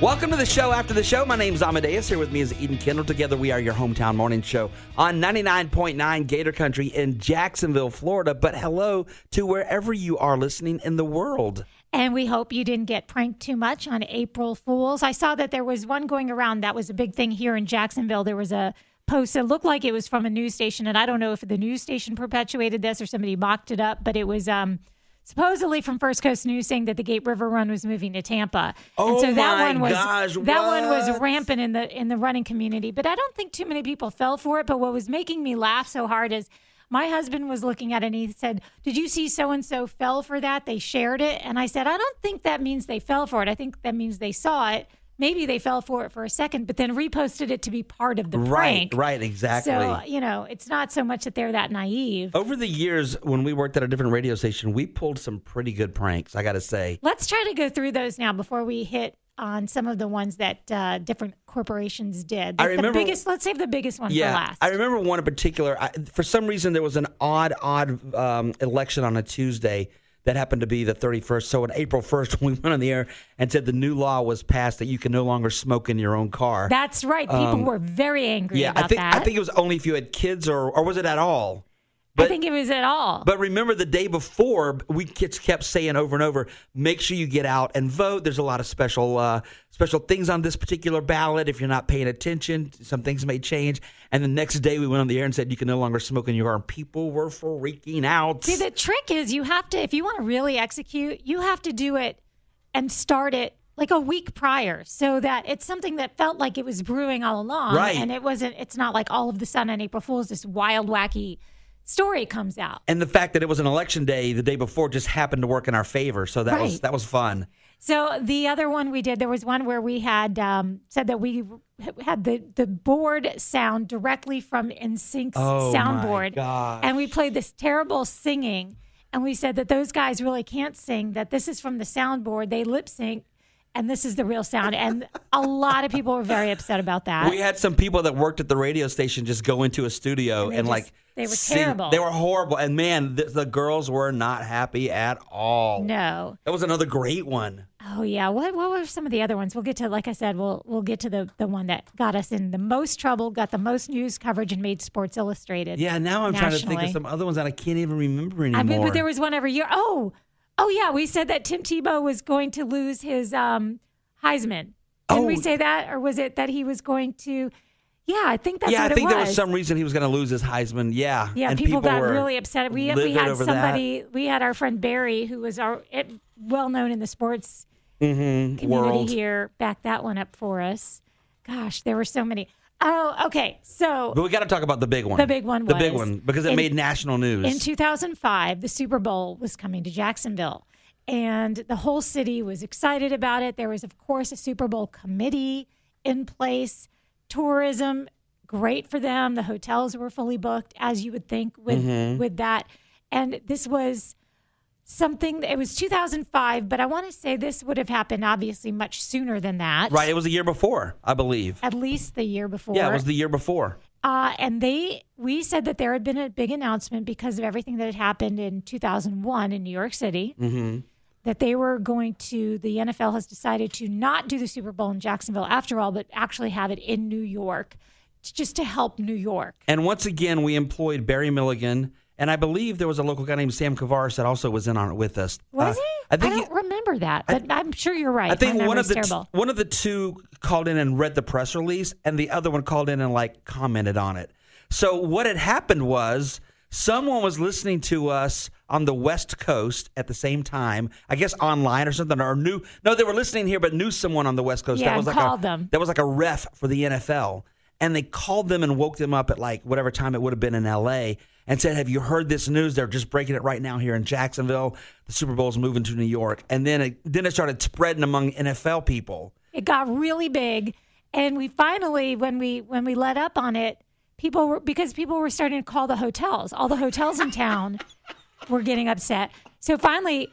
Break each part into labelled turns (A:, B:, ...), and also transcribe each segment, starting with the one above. A: Welcome to the show after the show. My name's Amadeus. Here with me is Eden Kendall. Together we are your hometown morning show on 99.9 Gator Country in Jacksonville, Florida. But hello to wherever you are listening in the world.
B: And we hope you didn't get pranked too much on April Fools. I saw that there was one going around that was a big thing here in Jacksonville. There was a post that looked like it was from a news station, and I don't know if the news station perpetuated this or somebody mocked it up, but it was um, supposedly from First Coast News saying that the Gate River Run was moving to Tampa.
A: Oh
B: and so that
A: my
B: one was
A: gosh,
B: that one was
A: what?
B: rampant in the in the running community, but I don't think too many people fell for it. But what was making me laugh so hard is my husband was looking at it and he said, Did you see so and so fell for that? They shared it. And I said, I don't think that means they fell for it. I think that means they saw it. Maybe they fell for it for a second, but then reposted it to be part of the
A: Right,
B: prank.
A: right, exactly.
B: So, you know, it's not so much that they're that naive.
A: Over the years, when we worked at a different radio station, we pulled some pretty good pranks, I got to say.
B: Let's try to go through those now before we hit on some of the ones that uh, different corporations did.
A: I
B: The-
A: remember-
B: the biggest. Let's save the biggest one for last.
A: I remember one in particular. I, for some reason, there was an odd, odd um, election on a Tuesday that happened to be the 31st. So on April 1st, we went on the air and said the new law was passed that you can no longer smoke in your own car.
B: That's right. People were very angry
A: Um, yeah,
B: about
A: I think
B: that.
A: I think it was only if you had kids or or was it at all?
B: I think it was at all.
A: But remember the day before, we kids kept saying over and over, make sure you get out and vote. There's a lot of special uh, special things on this particular ballot. If you're not paying attention, some things may change. And the next day, we went on the air and said you can no longer smoke in your car. And people were freaking out.
B: See, the trick is you have to, if you want to really execute, you have to do it and start it like a week prior so that it's something that felt like it was brewing all along.
A: Right.
B: And it wasn't, it's not like all of the sudden on April Fool's, this wild, wacky story comes out.
A: and the fact that it was an election day the day before just happened to work in our favor. So that was
B: Right.
A: that was fun.
B: So the other one we did, there was one where we had um, said that we had the the board sound directly from NSYNC's
A: Oh, my
B: soundboard,
A: gosh.
B: and we played this terrible singing, and we said that those guys really can't sing. That this is from the soundboard; they lip sync, and this is the real sound. And a lot of people were very upset about that.
A: We had some people that worked at the radio station just go into a studio and,
B: they just-
A: like
B: they were terrible.
A: They were horrible, and man, the, the girls were not happy at all.
B: no,
A: That was another great one.
B: oh yeah. What what were some of the other ones? We'll get to, like I said, we'll we'll get to the the one that got us in the most trouble, got the most news coverage, and made Sports Illustrated.
A: Yeah, now I'm trying to think of
B: Nationally.
A: some other ones that I can't even remember anymore.
B: I mean, but there was one every year. Oh, oh yeah, we said that Tim Tebow was going to lose his um, Heisman. Didn't we
A: Oh.
B: say that, or was it that he was going to? Yeah, I think that's
A: yeah, I
B: what
A: think
B: it was.
A: there was some reason he was going to lose his Heisman. Yeah,
B: yeah,
A: and
B: people, got
A: were
B: really upset. We we
A: livid
B: had
A: over that.
B: somebody. We had our friend Barry, who was our it, well known in the sports community
A: mm-hmm, world.
B: here, back that one up for us. Gosh, there were so many. Oh, okay. So
A: But we got to talk about the big one.
B: The big one
A: The big
B: was
A: one because it
B: in-
A: made national news.
B: In 2005, the Super Bowl was coming to Jacksonville, and the whole city was excited about it. There was, of course, a Super Bowl committee in place. Tourism, great for them. The hotels were fully booked, as you would think with
A: Mm-hmm.
B: with that. And this was something. It was 2005, but I want to say this would have happened obviously much sooner than that.
A: right, it was a year before, I believe.
B: At least the year before.
A: Yeah, it was the year before.
B: Uh, and they, we said that there had been a big announcement because of everything that had happened in 2001 in New York City. Mm-hmm. That they were going to, the NFL has decided to not do the Super Bowl in Jacksonville after all, but actually have it in New York t- just to help New York.
A: And once again, we employed Barry Milligan, and I believe there was a local guy named Sam Kavaris that also was in on it with us.
B: Was
A: Uh,
B: it?
A: I think
B: don't remember that, but I, am sure you're right.
A: I think
B: My
A: one of
B: memory's
A: the
B: terrible.
A: one of the two called in and read the press release, and the other one called in and like commented on it. So what had happened was someone was listening to us on the West Coast at the same time, I guess online or something, or knew no, they were listening here, but knew someone on the West Coast
B: Yeah,
A: that was like
B: called
A: a,
B: them.
A: That was like a ref for the NFL, and they called them and woke them up at like whatever time it would have been in L.A. And said, "Have you heard this news? They're just breaking it right now here in Jacksonville. The Super Bowl's moving to New York." And then it then it started spreading among NFL people.
B: it got really big and we finally when we when we let up on it people were because people were starting to call the hotels all the hotels in town were getting upset so finally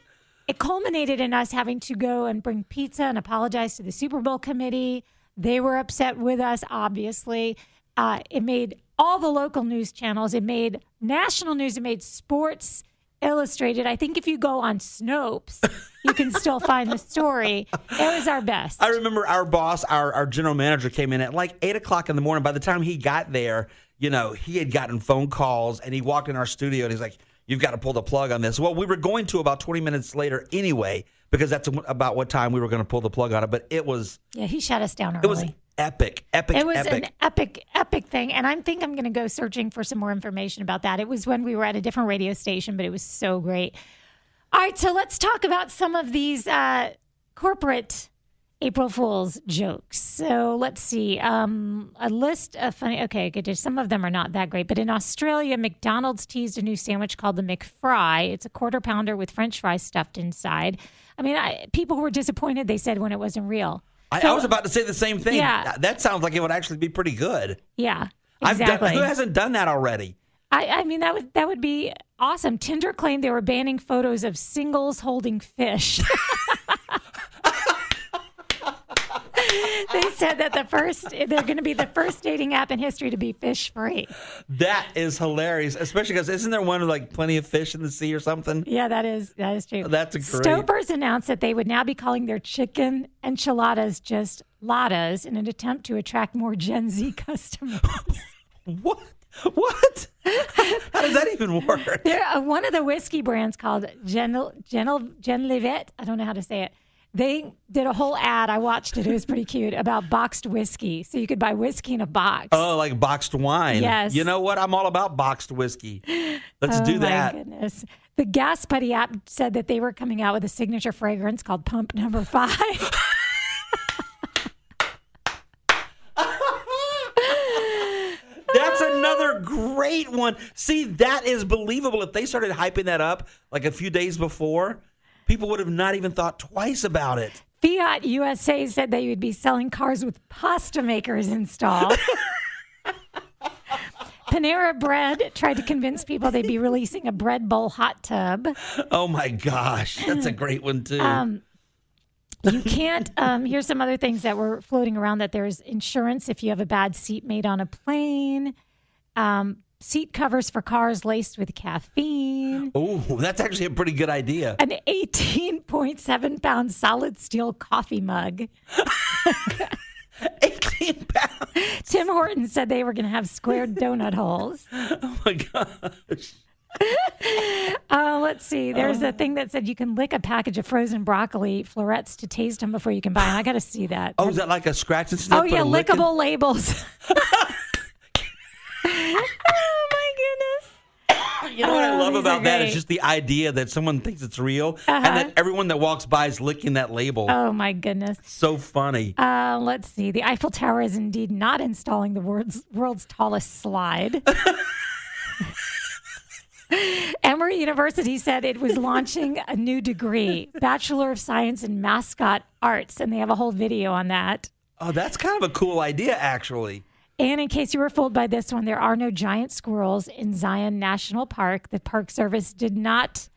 B: it culminated in us having to go and bring pizza and apologize to the super bowl committee they were upset with us obviously uh, it made all the local news channels it made national news it made sports illustrated. I think if you go on Snopes, you can still find the story. It was our best.
A: I remember our boss, our, our general manager, came in at like eight o'clock in the morning. By the time he got there, you know, he had gotten phone calls and he walked in our studio and he's like, You've got to pull the plug on this. Well, we were going to about 20 minutes later anyway, because that's about what time we were going to pull the plug on it. But it was,
B: yeah, he shut us down early.
A: it was epic, epic,
B: It was
A: epic.
B: an epic, epic thing. And I think I'm going to go searching for some more information about that. It was when we were at a different radio station, but it was so great. All right, so let's talk about some of these uh, corporate April Fool's jokes. So let's see. Um, a list of funny, okay, good. Some of them are not that great, but in Australia, McDonald's teased a new sandwich called the McFry. It's a quarter pounder with french fries stuffed inside. I mean, I, people were disappointed, they said, when it wasn't real.
A: I, I was about to say the same thing.
B: Yeah.
A: That sounds like it would actually be pretty good.
B: Yeah. Exactly.
A: I've done, who hasn't done that already?
B: I, I mean that would that would be awesome. Tinder claimed they were banning photos of singles holding fish. they said that the first they're going to be the first dating app in history to be fish free.
A: That is hilarious, especially because isn't there one with like plenty of fish in the sea or something?
B: Yeah, that is that is true.
A: That's a great-
B: Stoppers announced that they would now be calling their chicken enchiladas just ladas in an attempt to attract more Gen Z customers.
A: What? What? How does that even work?
B: There, uh, one of the whiskey brands called Genel Genel Genlivet. I don't know how to say it. They did a whole ad. I watched it. It was pretty cute about boxed whiskey, so you could buy whiskey in a box.
A: Oh, like boxed wine.
B: Yes. Oh
A: You know what? I'm all about boxed whiskey. Let's do
B: my
A: that.
B: goodness! The Gas Putty app said that they were coming out with a signature fragrance called Pump Number Five.
A: That's another great one. See, that is believable. If they started hyping that up like a few days before, people would have not even thought twice about it.
B: Fiat USA said they would be selling cars with pasta makers installed. Panera Bread tried to convince people they'd be releasing a bread bowl hot tub.
A: Oh my gosh. That's
B: Mm.
A: a great one, too.
B: Um, You can't. Um, here's some other things that were floating around that there's insurance if you have a bad seatmate on a plane, um, seat covers for cars laced with caffeine,
A: oh, that's actually a pretty good idea.
B: an 18.7 pound solid steel coffee mug.
A: 18 pounds.
B: Tim Horton said they were going to have squared donut holes.
A: Oh my gosh.
B: Uh, let's see. There's
A: Oh.
B: a thing that said you can lick a package of frozen broccoli florets to taste them before you can buy them. I got to see that.
A: Oh, is that like a scratch and sniff?
B: Oh
A: but a
B: yeah,
A: lick and-
B: lickable labels. oh my goodness.
A: You know what I
B: Oh,
A: love
B: these are
A: about that
B: great. Uh-huh.
A: is just the idea that someone thinks it's real and that everyone that walks by is licking that label.
B: Oh my goodness.
A: so funny.
B: Uh, let's see. The Eiffel Tower is indeed not installing the world's world's tallest slide. Emory University said it was launching a new degree, Bachelor of Science in Mascot Arts, and they have a whole video on that.
A: oh, that's kind of a cool idea, actually.
B: And in case you were fooled by this one, there are no giant squirrels in Zion National Park. The Park Service did not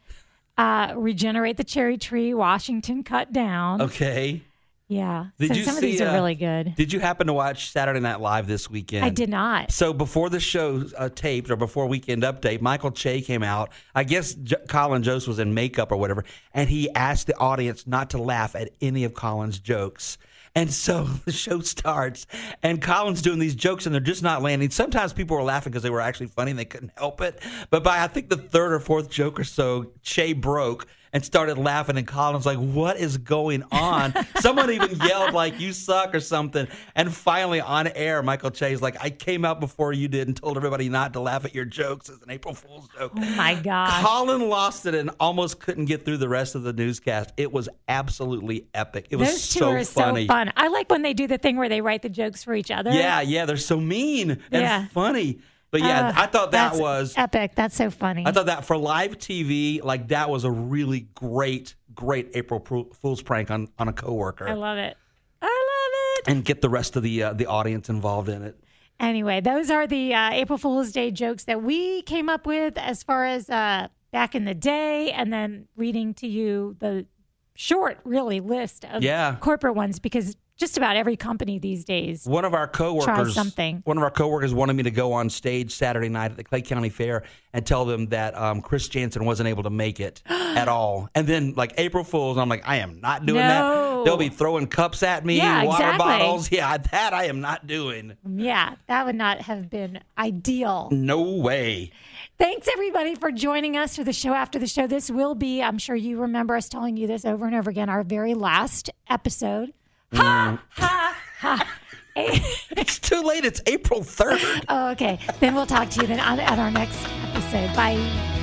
B: uh, regenerate the cherry tree Washington cut down.
A: Okay.
B: Yeah.
A: Oh. Did
B: so
A: you
B: some of
A: see,
B: these are
A: uh,
B: really good.
A: Did you happen to watch Saturday Night Live this weekend?
B: I did not.
A: So before the show uh, taped or before Weekend Update, Michael Che came out. I guess J- Colin Jost was in makeup or whatever, and he asked the audience not to laugh at any of Colin's jokes. And so the show starts, and Colin's doing these jokes, and they're just not landing. Sometimes people were laughing because they were actually funny and they couldn't help it. But by I think the third or fourth joke or so, Che broke and started laughing. And Colin's like, "What is going on?" Someone even yelled like, "You suck" or something. And finally, on air, Michael Che's like, "I came out before you did and told everybody not to laugh at your jokes as an April Fool's joke."
B: Oh my gosh.
A: Colin lost it and almost couldn't get through the rest of the newscast. It was absolutely epic. It was
B: Those two
A: so
B: are
A: funny.
B: so fun. I like when they do the thing where they write the jokes for each other.
A: Yeah, yeah, they're so mean and
B: Yeah.
A: funny. But yeah,
B: Ugh,
A: I thought that
B: that's
A: was
B: epic. That's so funny.
A: I thought that for live TV, like that was a really great, great April Pro- Fool's prank on on a coworker,
B: I love it. I love it.
A: and get the rest of the uh, the audience involved in it.
B: Anyway, those are the uh, April Fool's Day jokes that we came up with as far as uh, back in the day, and then reading to you the short, really, list of
A: Yeah.
B: corporate ones because just about every company these days.
A: One of our coworkers
B: something.
A: One of our coworkers wanted me to go on stage Saturday night at the Clay County Fair and tell them that um, Chris Jansen wasn't able to make it at all. And then like April Fools, I'm like, I am not doing
B: No.
A: that. They'll be throwing cups at me,
B: Yeah,
A: water
B: exactly.
A: bottles. Yeah, that I am not doing.
B: Yeah, that would not have been ideal.
A: No way.
B: Thanks, everybody, for joining us for the show after the show. This will be, I'm sure you remember us telling you this over and over again, our very last episode. Ha, ha, ha.
A: It's too late. It's April third.
B: Oh, okay. Then we'll talk to you then on, at our next episode. Bye.